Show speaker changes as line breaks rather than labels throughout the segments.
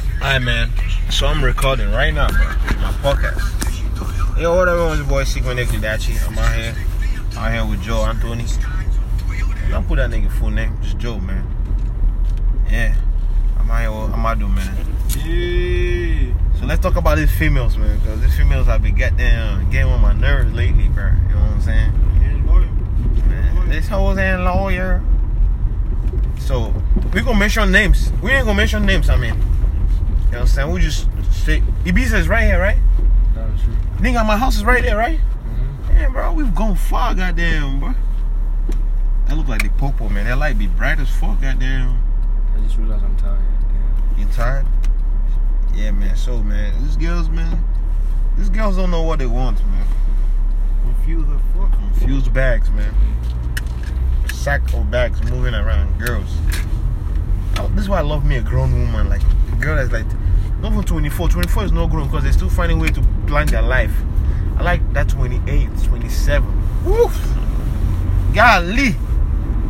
Hi man, so I'm recording right now, bro. My podcast. Yo, what up, everyone? It's your boy Sigma Nick Dachi. I'm out here, out here with Joe Anthony. And I put that nigga full name, just Joe, man. Yeah, I'm out here. With, I'm out doing, man.
Yeah.
So let's talk about these females, man, because these females have been goddamn getting on my nerves lately, bro. You know what I'm saying? Man, This hoes ain't lawyer. So we gonna mention names. We ain't gonna mention names. I mean, you know what I'm saying? We just say Ibiza is right here, right?
That was true.
Nigga, my house is right there, right? Yeah, bro, we've gone far, goddamn, bro. That look like the popo, man. That light be bright as fuck, goddamn.
I just realized I'm tired. Damn.
You tired? Yeah, man. So, man, these girls, man, these girls don't know what they want, man.
Confused the fuck.
Confused bags, man. Sack of bags moving around, girls. Oh, this is why I love me a grown woman, like a girl that's like not even 24. 24 is not grown because they're still finding way to plan their life. I like that 28, 27. Woof! Golly!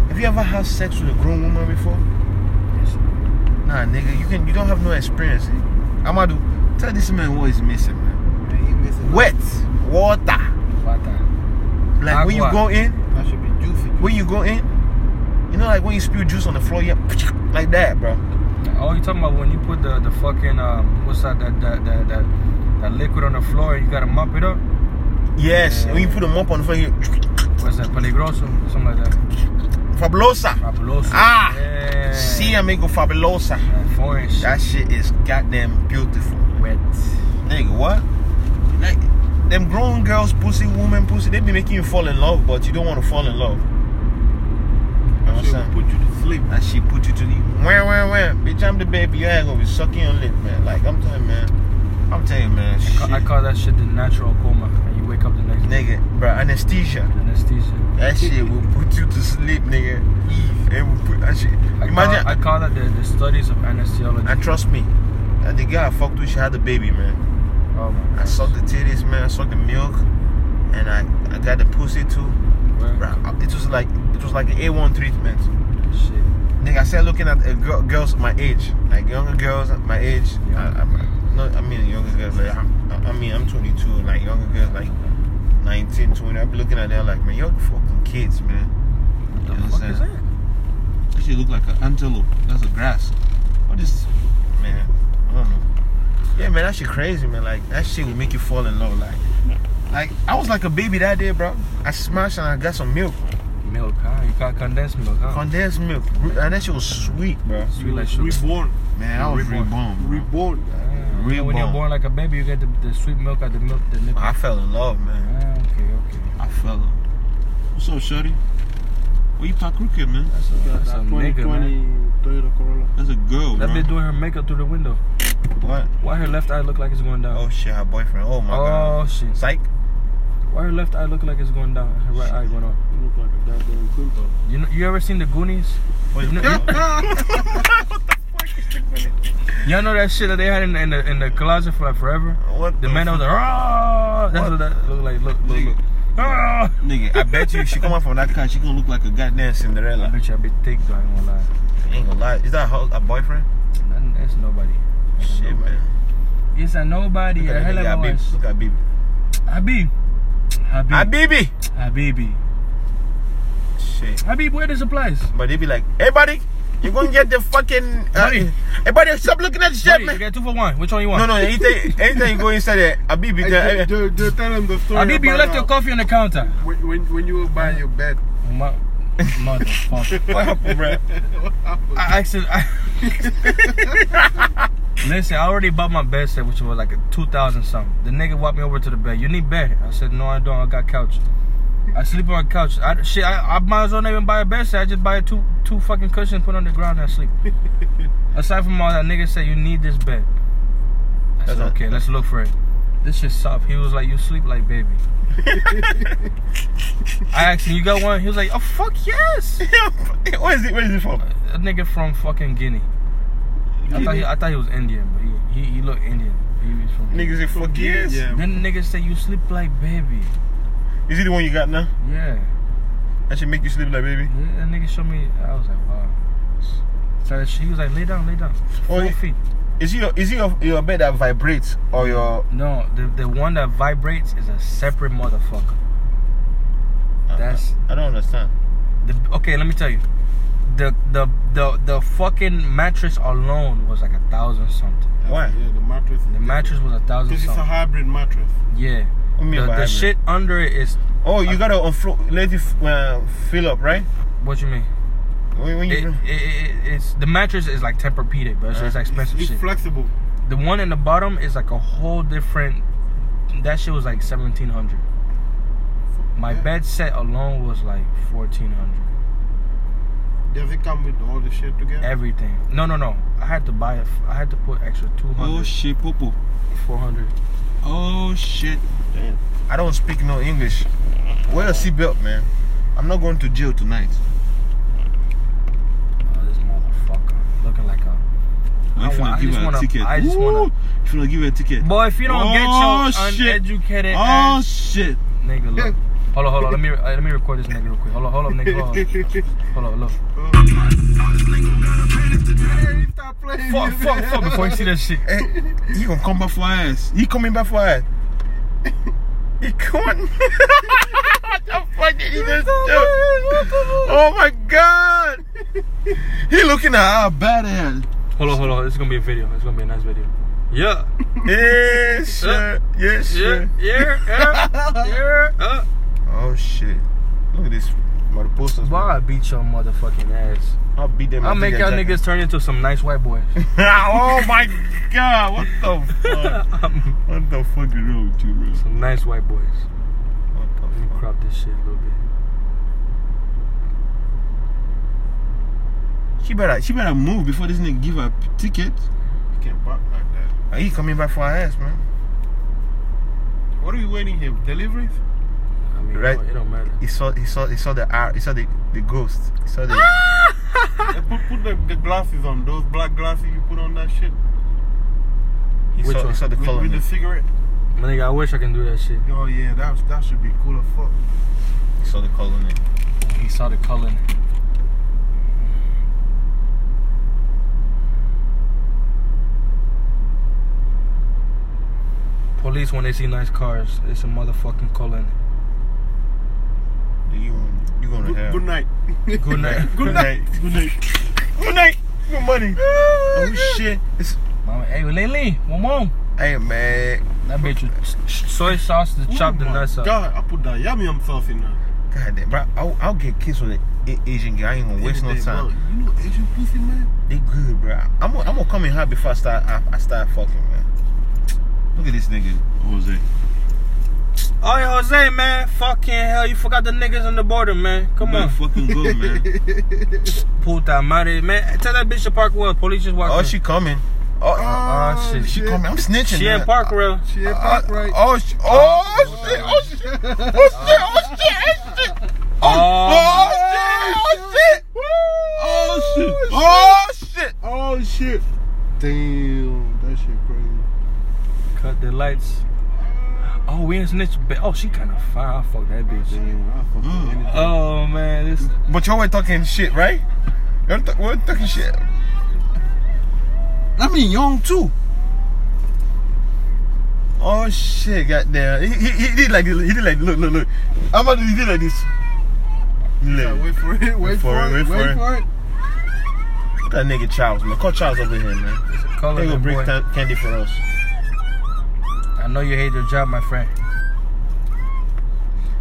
Have you ever had sex with a grown woman before? Nah, nigga, you can you don't have no experience. Amadu, tell this man what is missing, man.
Man, you missing
Wet, water.
Water.
Like when you
Agua.
go in,
I should be juicing.
when you go in, you know, like when you spill juice on the floor, yeah, like that, bro.
Oh, you talking about when you put the the fucking um what's that that that that that, that liquid on the floor and you gotta mop it up?
Yes, and when you put a mop on the floor, you
What's that? Peligroso, something like that.
fabulosa.
Fabuloso.
Ah.
Yeah.
See, amigo, fabulosa.
Yeah, Foreign. shit.
That shit is goddamn beautiful.
wet.
Nigga, what? Like, them grown girls, pussy, woman, pussy, they be making you fall in love, but you don't want to fall in love. You know what I'm saying?
put you to sleep.
That shit put you to the where where where bitch I'm the baby you ain't gonna be sucking your lip man like I'm telling you, man I'm telling you man shit.
I call that shit the natural coma. And you wake up the next day.
nigga bro anesthesia
Anesthesia.
That shit will put you to sleep, nigga. It will put that shit.
I
Imagine.
Call, I
I,
call that the, the studies of anesthesiology.
trust me. That the girl I fucked with, she had a baby, man.
oh my
I sucked the titties, man. I sucked the milk, and I, I got the pussy too.
Word.
Bruh, It was like it was like an A1 treatment.
Shit.
Nigga, I started looking at uh, girl, girls my age, like younger girls my age. I, I'm, no, I mean younger girls. Like I'm, I I mean I'm 22, like younger girls like 19, 20. I be looking at them like, man, you're fucking kids, man.
What the
Yeah,
fuck
it's,
is
uh,
that?
That shit look like an antelope. That's a grass. What is man? I don't know. Yeah, man, that shit crazy, man. Like that shit will make you fall in love. Like, like I was like a baby that day, bro. I smashed and I got some milk,
Milk, huh? You got condensed milk, huh?
condensed milk, and that shit was sweet, bro.
Sweet like sugar.
Reborn.
Man, I was
Reborn.
reborn. bro.
Reborn.
Ah, you know, when
Reborn.
you're born like a baby, you get the, the sweet milk at the milk, the nipple.
I fell in love, man.
Ah, okay, okay.
I fell. in- What's up, Shorty? What you talk crooked, man?
That's a, that's a nigga, man.
Toyota Corolla.
That's a girl,
That
bro.
bitch doing her makeup through the window.
what?
Why her left eye look like it's going
Oh
down?
shit, her boyfriend. Oh my god.
shit.
Psych.
Why her left eye look like it's going down? and Her right eye going up.
You look like a goddamn Kunto.
You know, you ever seen the Goonies?
What-
No, Y'all know that shit that they had in, in the in the closet for like forever.
What
The man that was like, "Rah!" that's what that look like. Look, look, Ah! look. Rah!
Nigga, I bet you if she come out from that car, she gonna look like a goddamn
I
Cinderella.
bet you I be thick though, I ain't gonna lie.
ain't gonna lie. Is that her, her boyfriend?
That- That's nobody.
Shit, man.
It's a nobody.
Look
The
at
hell
that
am I?
nigga, Habib. Look at Ah, Habib.
Habib. Habib.
Habibi!
Habibi.
Shit.
Habib, where the supplies?
But they be like, hey, buddy, you gonna get the fucking. Uh,
Buddy.
Hey, buddy, stop looking at the shit,
Buddy,
man.
you got two for one. Which one you
No,
want?
no, anytime, anytime you go inside there, Habib, you tell-
Hey, do, do, do tell him the story.
Habib, you
about
left your
how-
coffee on the counter.
When, when, when you were buying your bed.
Ma- Motherfucker.
what happened, bro?
I actually. I Listen, I already bought my bed set, which was like a 2000 something. The nigga walked me over to the bed. You need bed? I said, no, I don't. I got couch. I sleep on a couch. I, shit, I, I might as well not even buy a bed set. I just buy two two fucking cushions, put on the ground, and I sleep. Aside from all that, nigga said, you need this bed. I said,
That's a-
okay, let's look for it. This shit soft. He was like, you sleep like baby. I asked him, you got one? He was like, oh, fuck yes.
Where is it? Where is it from?
A nigga from fucking Guinea. I thought he, I thought he was Indian, but he he, he looked Indian. He was from.
Niggas say, fuck yes.
Yeah.
Then the nigga say you sleep like baby.
Is it the one you got now?
Yeah.
That should make you sleep like baby.
Yeah, That nigga showed me. I was like, wow. So that shit- he was like, lay down, lay down.
Oh,
Four
he-
feet.
It Is it your is it your, your bed that vibrates or your
No, the, the one that vibrates is a separate motherfucker. That's-
I don't understand.
The, okay, let me tell you. The the the the fucking mattress alone was like a thousand something.
Why?
Yeah, the mattress.
The mattress was a thousand
This is a
something.
hybrid mattress.
Yeah.
What do you mean
The,
by
the
hybrid?
shit under it is
Oh, you gotta unflo- let it f- uh, fill up, right?
what you mean?
When, when you
It, it, it, it's the mattress is like Tempur-Pedic, but it's, it's
It's,
expensive
it's
shit.
flexible.
the one in the bottom is like a whole different. That shit was like seventeen hundred. My
Yeah.
bed set alone was like fourteen hundred.
Does it come with all the shit together?
Everything. No, no, no. I had to buy. it. I had to put extra 200,
shit, popo.
400.
Oh shit.
I don't speak no English. Wear a seatbelt, man. I'm not going to jail tonight.
Oh, this motherfucker looking like a. I don't want- I just wanna- I just wanna-
If you don't give her a ticket.
Boy, if you don't
Oh,
get your
shit.
uneducated
Oh
ass
shit!
nigga, look. Hold on, hold on. Let me uh, let me record this nigga real quick. Hold on, hold on, nigga. Hold on, hold on. Look.
Stop playing.
Fuck,
with
fuck,
me.
fuck. Before you see that shit.
Hey, he gonna come back for us. He coming back for us. He coming. what the fuck did he just do? Oh my god. He looking at our bad ass.
Hold on, hold on. It's gonna be a video. It's gonna be a nice video. Yeah.
Yes, sir. Yes,
Yeah,
sir.
yeah, yeah, yeah. Uh.
Oh shit. Look at this. My posters.
Why I beat your motherfucking ass?
I'll beat them.
I'll
until
make
they're
y'all
jacked.
niggas turn into some nice white boys.
oh my god. What the fuck?
some
what the fuck is wrong with you, bro?
nice white boys.
What the
Let me
fuck?
crop this shit a little bit.
She better, she better move before this nigga give her a ticket.
You can't bark like that.
He coming back for our ass, man.
What are we waiting here? Deliveries?
I mean,
Right.
it don't matter.
He saw, he saw, he saw the eye- he saw the, the ghost. He saw the.
Ah!
Yeah, put put the, the glasses on. Those black glasses you put on that shit.
He
Which
saw, he
one?
saw the
With,
color.
with
in
the
it.
cigarette.
My nigga, I wish I can do that shit.
Oh yeah, that that should be cool as fuck.
He saw the color. in it.
He saw the color in it. Police, when they see nice cars, it's a motherfucking color in it.
You, you gonna
Good,
have.
good night.
Good night.
Good night. Good night.
Good night. Good money. oh shit. It's,
Mama, hey, Lily, one more.
hey man.
That bitch with s- soy sauce to chop the
Oh my
nuts up.
God, I put that yum yum sauce in uh, there.
God damn, bro. I'll, I'll get kissed with an Asian guy. I ain't gonna waste no
Every day,
time.
Bro, you know Asian pussy, man?
They good, bro. I'm gonna, I'm gonna come in hot before I start. I, I start fucking, man. Look at this nigga.
Jose.
Oh, yeah, Jose, man. Fucking hell, you forgot the niggas on the border, man. Come
Man,
on.
fucking go, man.
Puta madre, man. Tell that bitch to park well. Police just walked
Oh,
in.
she coming. Oh,
Oh, shit.
she coming. I'm snitching.
She
man.
in park well.
Ah, She ain't
Uh,
parked right.
Oh, sh- oh, shit, oh, shit, oh, shit, oh, shit, oh, shit,
Oh,
Oh shit!
oh, shit, oh, shit.
Oh shit. Damn, that shit crazy.
cut the lights. Oh, we in snitch. ba- Oh, she kind of fine. Fuck that bitch.
Damn, I fucking
Mm.
anything.
Oh, man. This.
But y'all were talking shit, right? Y'all ta- we're talking shit. I mean, young too. Oh shit, goddamn. He, he, he did like this. He did like look, look, look. How about he did like this?
Yeah,
Look,
wait for it. Wait for it. Wait for it.
that nigga Charles, man. Call Charles over here, man.
Color
They
that
gonna bring
boy.
tan- candy for us.
I know you hate your job, my friend.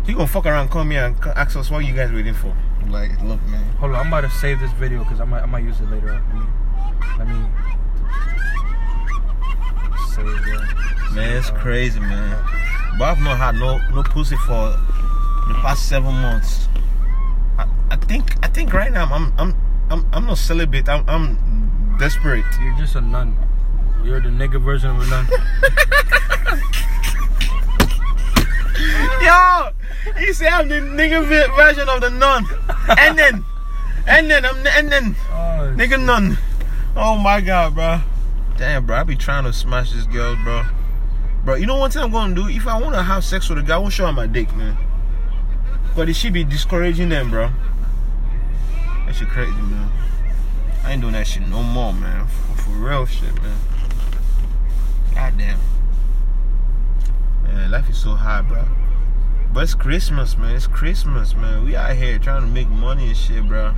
He gonna fuck around, come here and c- ask us what you guys waiting for. I'm Like, look, man.
Hold on, I'm about to save this video because I might, I might use it later on. Let me. Let me. Save that.
Man, it's
Uh,
crazy, man. But I've not had no no pussy for the past seven months. I, I think I think right now I'm I'm I'm I'm not celibate. I'm I'm desperate.
You're just a nun. You're the nigga version of a nun.
Yo, he said I'm the nigga vi- version of the nun. And then, and then I'm the- and then
Oh,
nigga nun. Oh my god, bro. Damn, bro. I be trying to smash this girl, bro. Bro, you know one thing I'm gonna do? If I wanna have sex with a guy, I won't show her my dick, man. But it should be discouraging them, bro. That shit crazy, man. I ain't doing that shit no more, man. For, for real shit, man. life is so hard, bro. But it's Christmas, man. It's Christmas, man. We out here trying to make money and shit, bro.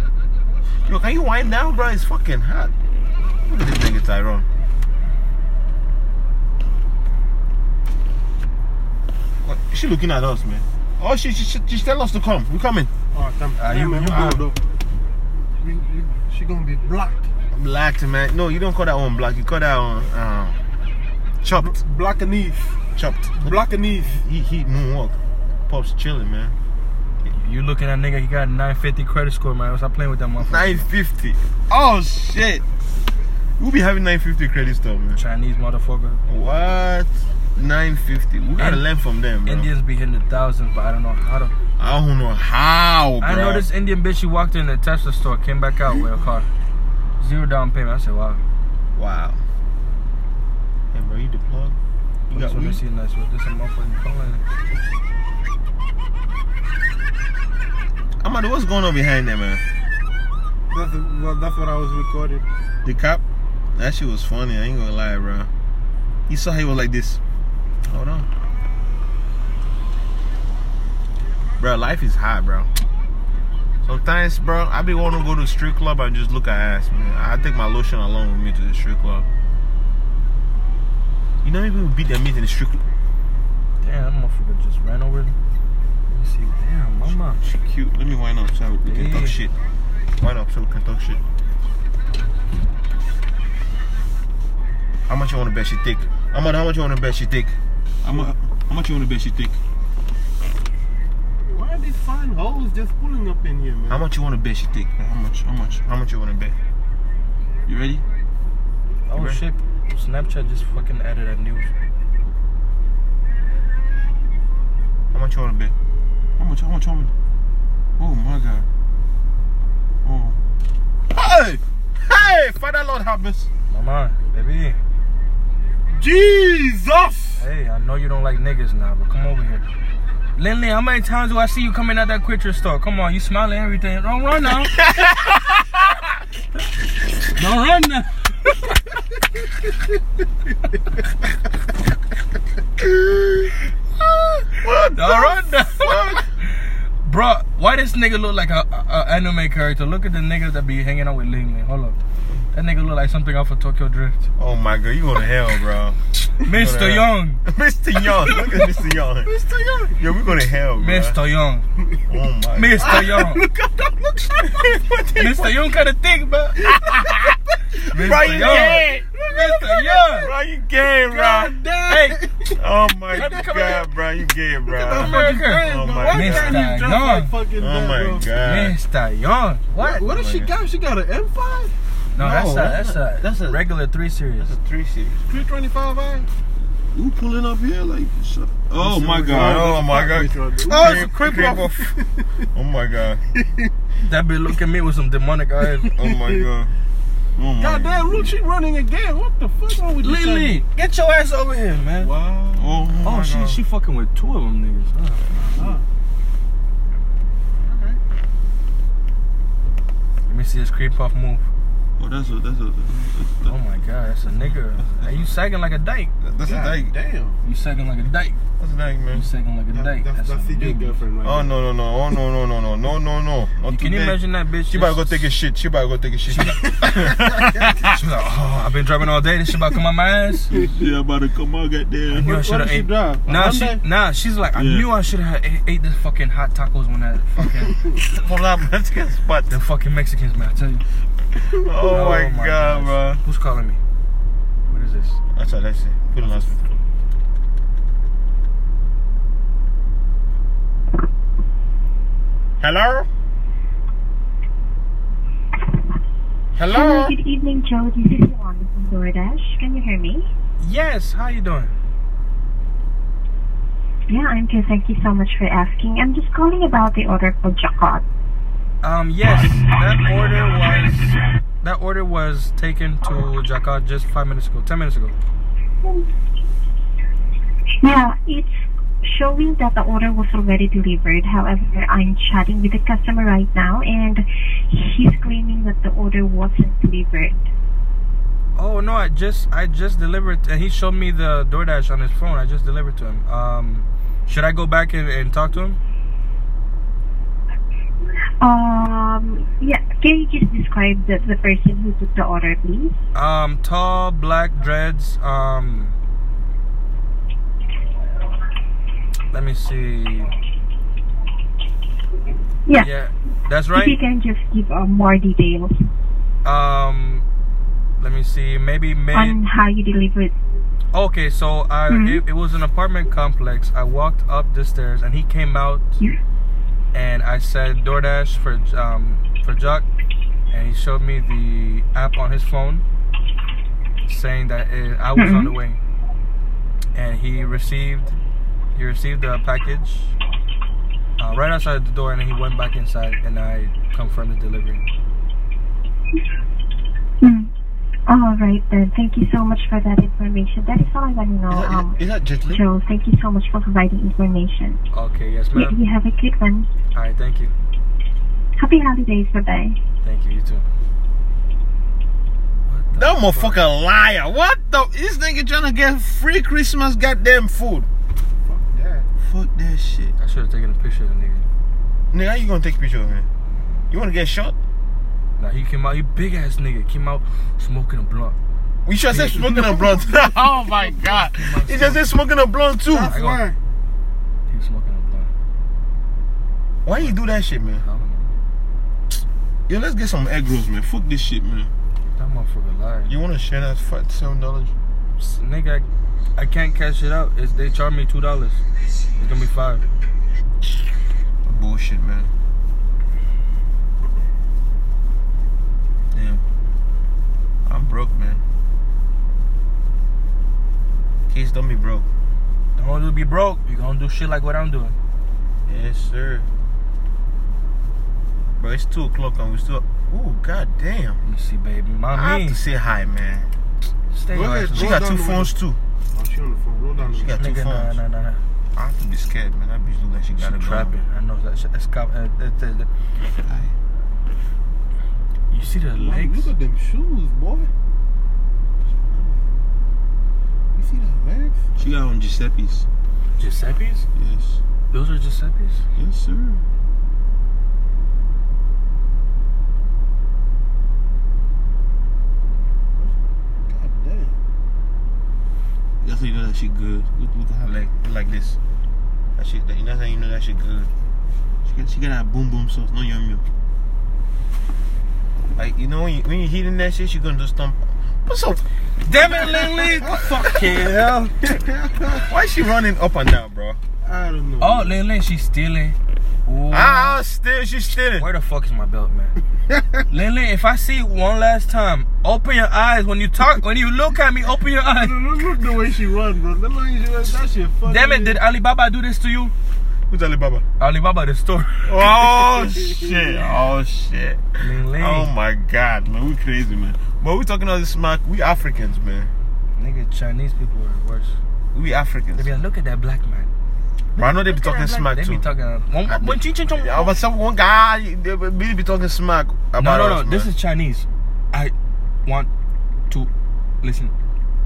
Yo, can you wind down, bro? It's fucking hot. Look at this nigga Tyrone. What- Is she looking at us, man? Oh, she she she, she tell us to come. We coming.
Oh, come.
Ah,
Hey,
you-
man,
you
ah,
go.
we- we- She gonna be blocked.
Blacked, man. No, you don't call that one black. You call that one uh, chopped.
Black and Eve.
Chopped.
Black and Eve.
He he moonwalk. Pop's chilling, man.
You looking at nigga, he got a 950 credit score, man. Stop playing with that motherfucker.
950. Oh shit. We'll be having 950 credit store, man.
Chinese motherfucker.
What? 950. We gotta
And-
learn from them, bro.
Indians be hitting the thousands, but I don't know how to.
I don't know how, bro.
I know this Indian bitch, she walked in the Tesla store, came back out with a car. Zero down payment. I said, wow.
Wow. Hey, bro, you the plug? You
I
got
just want to
weed?
see a nice one. This a motherfucking car.
Amado, what's going on behind there, man?
That's, well, that's what I was recording.
The cop? That shit was funny. I ain't gonna lie, bro. He saw he was like this. Hold on. Bro, life is hard, bro. Sometimes, bro, I be wanting to go to the strip club and just look at ass, man. I take my lotion along with me to the strip club. You know, people beat their meat in the strip club.
Damn, that motherfucker just ran over. Let me see. Damn, mama.
She cute. Let me wind up so we can
Yeah.
talk shit. Wind up so we can talk shit. How much you wanna bet she take? Ahmad, how much you wanna bet she take?
How mu- how much you want to bet she take?
Why are these fine hoes just pulling up in here, man?
How much you wanna bet she take?
How much? How much?
How much you wanna bet?
You ready?
Oh
Right.
shit. Snapchat just fucking added a new.
How much you wanna bet?
How much? How much? How much? Oh my god. Oh.
Hey! Hey! Father Lord have mercy.
Mama, baby.
Jesus!
Hey, I know you don't like niggas now, but come over here. Lindley, how many times do I see you coming out that Quitra store? Come on, you smiling and everything. Don't run now. don't run now.
What
Don't run now. Bro, why this nigga look like a, a, a anime character? Look at the niggas that be hanging out with Lindley. Hold up. That nigga look like something off of Tokyo Drift.
Oh my god, you going to hell, bro.
Mr. Young.
Mr. Young. Look at Mr. Young. Mr. Young. Yo, we going to hell, bro.
Mr. Young.
Oh my
Mr. Young.
Look at that. Look at that.
Mr. Young kind of thick, bro.
Right,
Mr.
you
Young.
gay.
Mr. Young.
Bro, you gay, bro.
God damn. Hey,
Oh my
Come here, come
god, bro, you gay, bro.
America.
Oh my
Why
god.
can't you
Mr.
drop
Young.
like fucking
Oh
that,
my
bro?
god.
Mr. Young.
What? What
Oh
does
my
she
God.
got? She got an M5?
No, that's
that's
a that's
a-
a
that's a-
regular three series.
three series.
325i?
Who pulling up here like? Shut oh my god.
Oh my god.
Oh,
it's a creep off. Oh my god.
That bitch look at me with some demonic eyes.
Oh my god.
Oh my
God damn, look, she running again. What the fuck wrong with this
Lily, get your ass over here, man.
Wow.
Oh.
Oh, she she fucking with two of them niggas. Huh? Let me see this creep off move.
Oh, that's a. That's a.
Oh my god, that's a nigga. Hey, you sagging like a dyke.
That's a
God
dyke.
damn.
You sagging like a dyke.
That's a dyke,
You
man.
sagging like a dyke.
That, that's
a
that's your
big-
girlfriend right
Oh no no no oh no no no no no no no not
Can you
today.
imagine that bitch?
She about to go take a shit. She about to go take a shit.
She was like, oh, I've been driving all day. This shit about to come on my ass.
Yeah, about to come out. Goddamn.
knew I
What-
shoulda
what did she
ate-
drive?
Nah,
A
she,
Hyundai?
nah, she's like, I
Yeah.
knew I should have ate, ate the fucking hot tacos when I fucking
Hold on, let's get spot.
the fucking Mexicans, man. I tell you.
Oh, my, god,
gosh. Who's calling me? What is this?
bro. That's what I say. Put it on speaker. Hello. Hello.
Hello, good evening, Joe. This is Juan from DoorDash. Can you hear me?
Yes. How you doing?
Yeah, I'm good. Thank you so much for asking. I'm just calling about the order for Jakarta.
Um. Yes. That order was that order was taken to Jakarta just five minutes ago, ten minutes ago.
Yeah, it's showing that the order was already delivered. However, I'm chatting with the customer right now, and he's claiming that the order wasn't delivered.
Oh no, I just I just delivered and he showed me the DoorDash on his phone. I just delivered to him. Um should I go back and, and talk to him?
Um, yeah, can you just describe the, the person who took the order, please?
Um tall, black dreads, um Let me see.
Yeah,
Yeah. That's
if you
right.
can just give um, more details
Um let me see. Maybe mid
on how you delivered.
Okay, so I
Mhm.
it, it was an apartment complex. I walked up the stairs and he came out
Yeah.
and I said DoorDash for um for Jock and he showed me the app on his phone saying that it, I was on the
Mhm.
way. And he received he received the package uh, right outside the door and he went back inside and I confirmed the delivery.
Mm. All right, then. Thank you so much for that information. That is all I want to know.
Is that,
um,
is that Jet Li?
Joe, thank you so much for providing information.
Okay, yes
You,
ma'am.
you have a good one.
All right, thank you.
Happy holidays. Bye bye.
Thank you, you too. What the
That
fuck?
motherfucker liar. What the? This nigga trying to get free Christmas goddamn food.
Fuck that.
Fuck that shit.
I should have taken a picture of the nigga.
Nigga, how you gonna take picture of him? You wanna get shot?
Nah, he came out, he big ass nigga came out smoking a blunt.
We should say smoking a blunt. oh my god. He just said smoking a blunt too.
That's
I go-
why.
He was smoking a blunt.
Why you do that shit, man?
I don't know.
Yo, let's get some egg rolls, man. Fuck this shit, man.
That motherfucker lied.
You wanna share that for seven dollars?
S- nigga, I, I can't cash it out. It's, they charge me two dollars. It's gonna be five.
Bullshit, man. Damn. I'm broke, man. Kids, don't be broke.
Don't wanna be broke. You gonna do shit like what I'm doing.
Yes, sir. Bro, it's two o'clock and we still. Ooh, god damn.
You see, baby,
I
mommy,
have to say hi, man.
stay
Go
your
ahead,
ass
She
Roll
alone.
got
down
two
the
phones too.
Oh, she on the phone. Roll down the
She
window.
got two
Nigga, nah,
phones.
nah, nah, nah.
I have to be scared, man. That bitch look like she
She
got a
trapping. I know that. shit. It's cop. uh, it's- it's- You see the
Mom,
legs?
Look at them shoes, boy. You see the legs?
She got on Giuseppe's.
Giuseppe's?
Yes.
Those are Giuseppe's?
Yes, sir.
God damn.
That's how you know that she good. Look, look at her leg. Look like this. That shit. That, that's how you know that she good. She got, she got that boom boom sauce, no yum yum. Like you know when you when you hitting that shit, she gonna just stomp. What's up?
Damn it, Ling Ling! Fucking hell!
Why is she running up and down, bro?
I don't know.
Oh, Ling Ling, she's stealing. Ooh.
Ah, still she's stealing.
Where the fuck is my belt, man? Lin Lin, if I see you one last time, open your eyes when you talk. When you look at me, open your eyes.
Look, look the way she run, bro. The way she run, that shit fucking.
Damn it, did Alibaba do this to you?
Who's Alibaba?
Alibaba, the store.
Oh shit! Oh shit!
Ling Ling,
Oh my god, man, we crazy, man. But we talking all this smack. We Africans, man.
nigga, Chinese people are worse.
We Africans.
They be like, look at that black man.
But I know they be
Look at
talking
that black-
smack
They
too.
be talking. uh, When, when, chin, chin, chin.
I was some one guy. They be be talking smack about
No, no,
us, man.
no. This is Chinese. I want to listen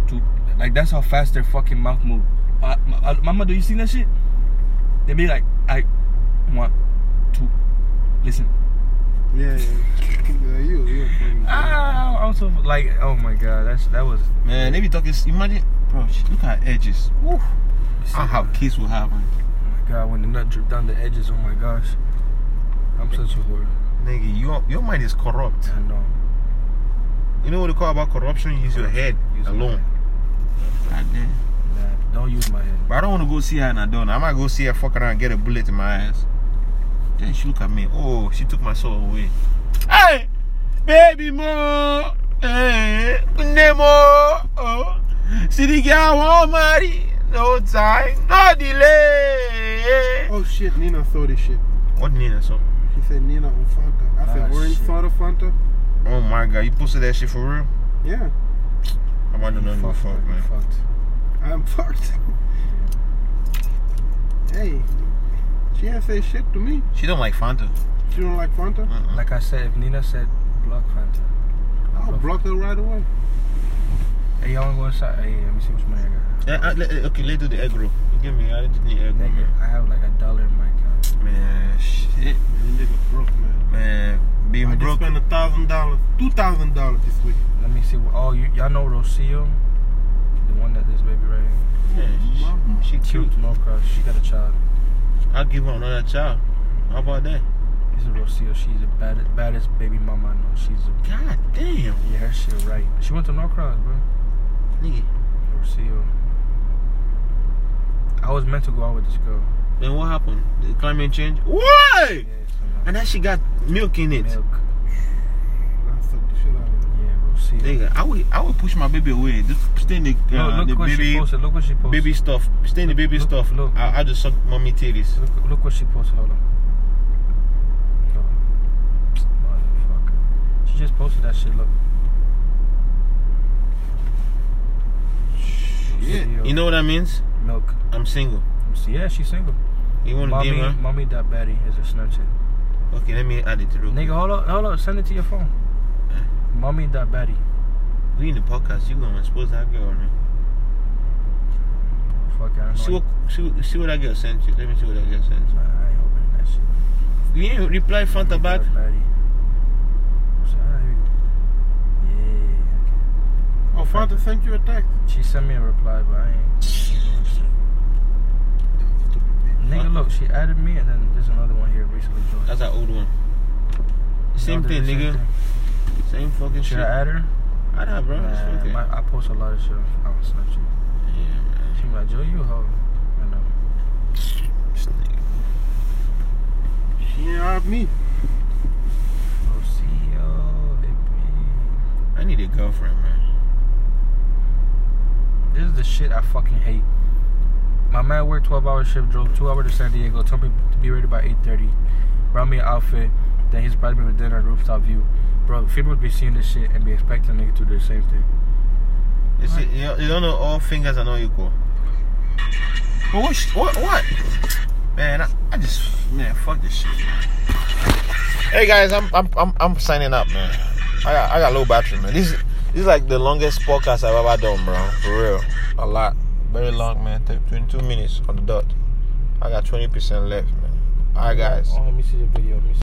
to. Like that's how fast their fucking mouth move. Uh, m- uh, Mama, do you see that shit? They be like, I want to listen.
Yeah, yeah. yeah you, you. a funny guy.
Ah, I'm so like, oh my god, that's that was.
Man, they be talking. Imagine, bro. she- Look at her edges. Woo. I have kids will have man.
Oh my god, when the nut dripped down the edges. Oh my gosh, I'm such a whore.
Nigga, your your mind is corrupt.
I know.
You know what they call about corruption? Use your head
Use my
alone. God damn.
Nah, don't use my head.
But I don't want to go see her in Adona. I might go see her fuck around and get a bullet in my ass. Then she look at me. Oh, she took my soul away. Hey, baby mo, hey, nemo. Oh. See the girl won't marry. No time, no delay.
Oh shit, Nina saw this shit.
What Nina so?
He said Nina on Fanta. I said
Ah,
orange
shit.
soda Fanta.
Oh my god, you posted that shit for real?
Yeah,
I might not know the fuck,
bro,
man.
Fucked.
I'm fucked. hey, she ain't say shit to me.
She don't like Fanta.
She don't like Fanta.
Mm-mm.
Like I said, if Nina said block Fanta,
I'll block her right away.
Hey, y'all wanna go inside? Hey, let me see how much money I got.
Eh, eh, le- eh, okay, let's do the egg roll. You give me, I need to do the egg roll,
Nigga,
man.
I have like a dollar in my account.
Man, shit,
Man, you nigga broke, man.
man. Being
I just
broke.
spent a thousand dollars, two thousand dollars this week.
Let me see. What, oh, you, y'all know Rocio, the one that this baby right here.
Yeah, she, she cute.
Cute, no crush. She got a child.
I'll give her another child. How about that?
It's a Rocio. She's the baddest, baddest baby mama I know. She's a,
God damn,
yeah, her shit right. She went to Norcross, bro.
nigga.
Rocio. I was meant to go out with this girl.
Then what happened? The climate change? Why?
Yeah, so
And then she got milk in it.
now, milk.
And I sucked the shit out of it.
Yeah, Rocio.
Nigga, I would, I would push my baby away. Just stay in the,
Look,
uh,
look
the
what she
baby,
posted. Look what she posted.
baby stuff. Stay in the
Look,
baby
look,
stuff.
look.
I, I just suck mommy titties.
Look, look what she posted. Hold on. Hold on. Motherfucker. She just posted that shit. Look.
Yeah.
Video.
You know what that means?
Milk.
I'm single.
Yeah, she's single.
You want to
Mommy,
DM her?
mommy, that baddie is a Snapchat.
Okay, let me add it to
Nigga, hold up, hold up. Send it to your phone. Mommy, that baddie.
We in the podcast. You gonna expose that girl, man?
Fuck, I don't
See
know.
what, see, see what that girl sent you. Let me see what that girl sent
Nah, I ain't opening that shit.
you. You ain't reply front or
Mommy,
back.
that baddie. So, ah, here we go. Yeah.
Oh, father sent you a text.
She sent me a reply, but I ain't. Nigga, look, she added me, and then there's another one here recently joined.
That's our old one. Same
Y'all
thing,
did the
nigga.
same thing.
Same fucking shit.
Should I add her?
I know, bro. It's
Nah,
okay.
my- I post a lot of shit on on Snapchat.
yeah, man.
She be like, Joe, you a hoe. I know.
This nigga.
She ain't robbed me.
E Rocio, baby.
I need a girlfriend, man.
This is the shit I fucking hate. My man worked 12 hour shift, drove 2 hours to San Diego, told me to be ready by 8.30, brought me an outfit, then he's brought me with dinner, rooftop view. Bro, people would be seeing this shit and be expecting nigga to do the same thing.
You see, you, you don't know all fingers are not equal. But what? sh- What? what? Man, I, I just man, fuck this shit. man. Hey guys, I'm I'm I'm, I'm signing up, man. I got I got low battery, man. This is this is like the longest podcast I've ever done, bro. For real, a lot, very long, man. Th- 22 minutes on the dot. I got 20 percent left, man. All right, guys.
Oh, let me see the video. Let me see.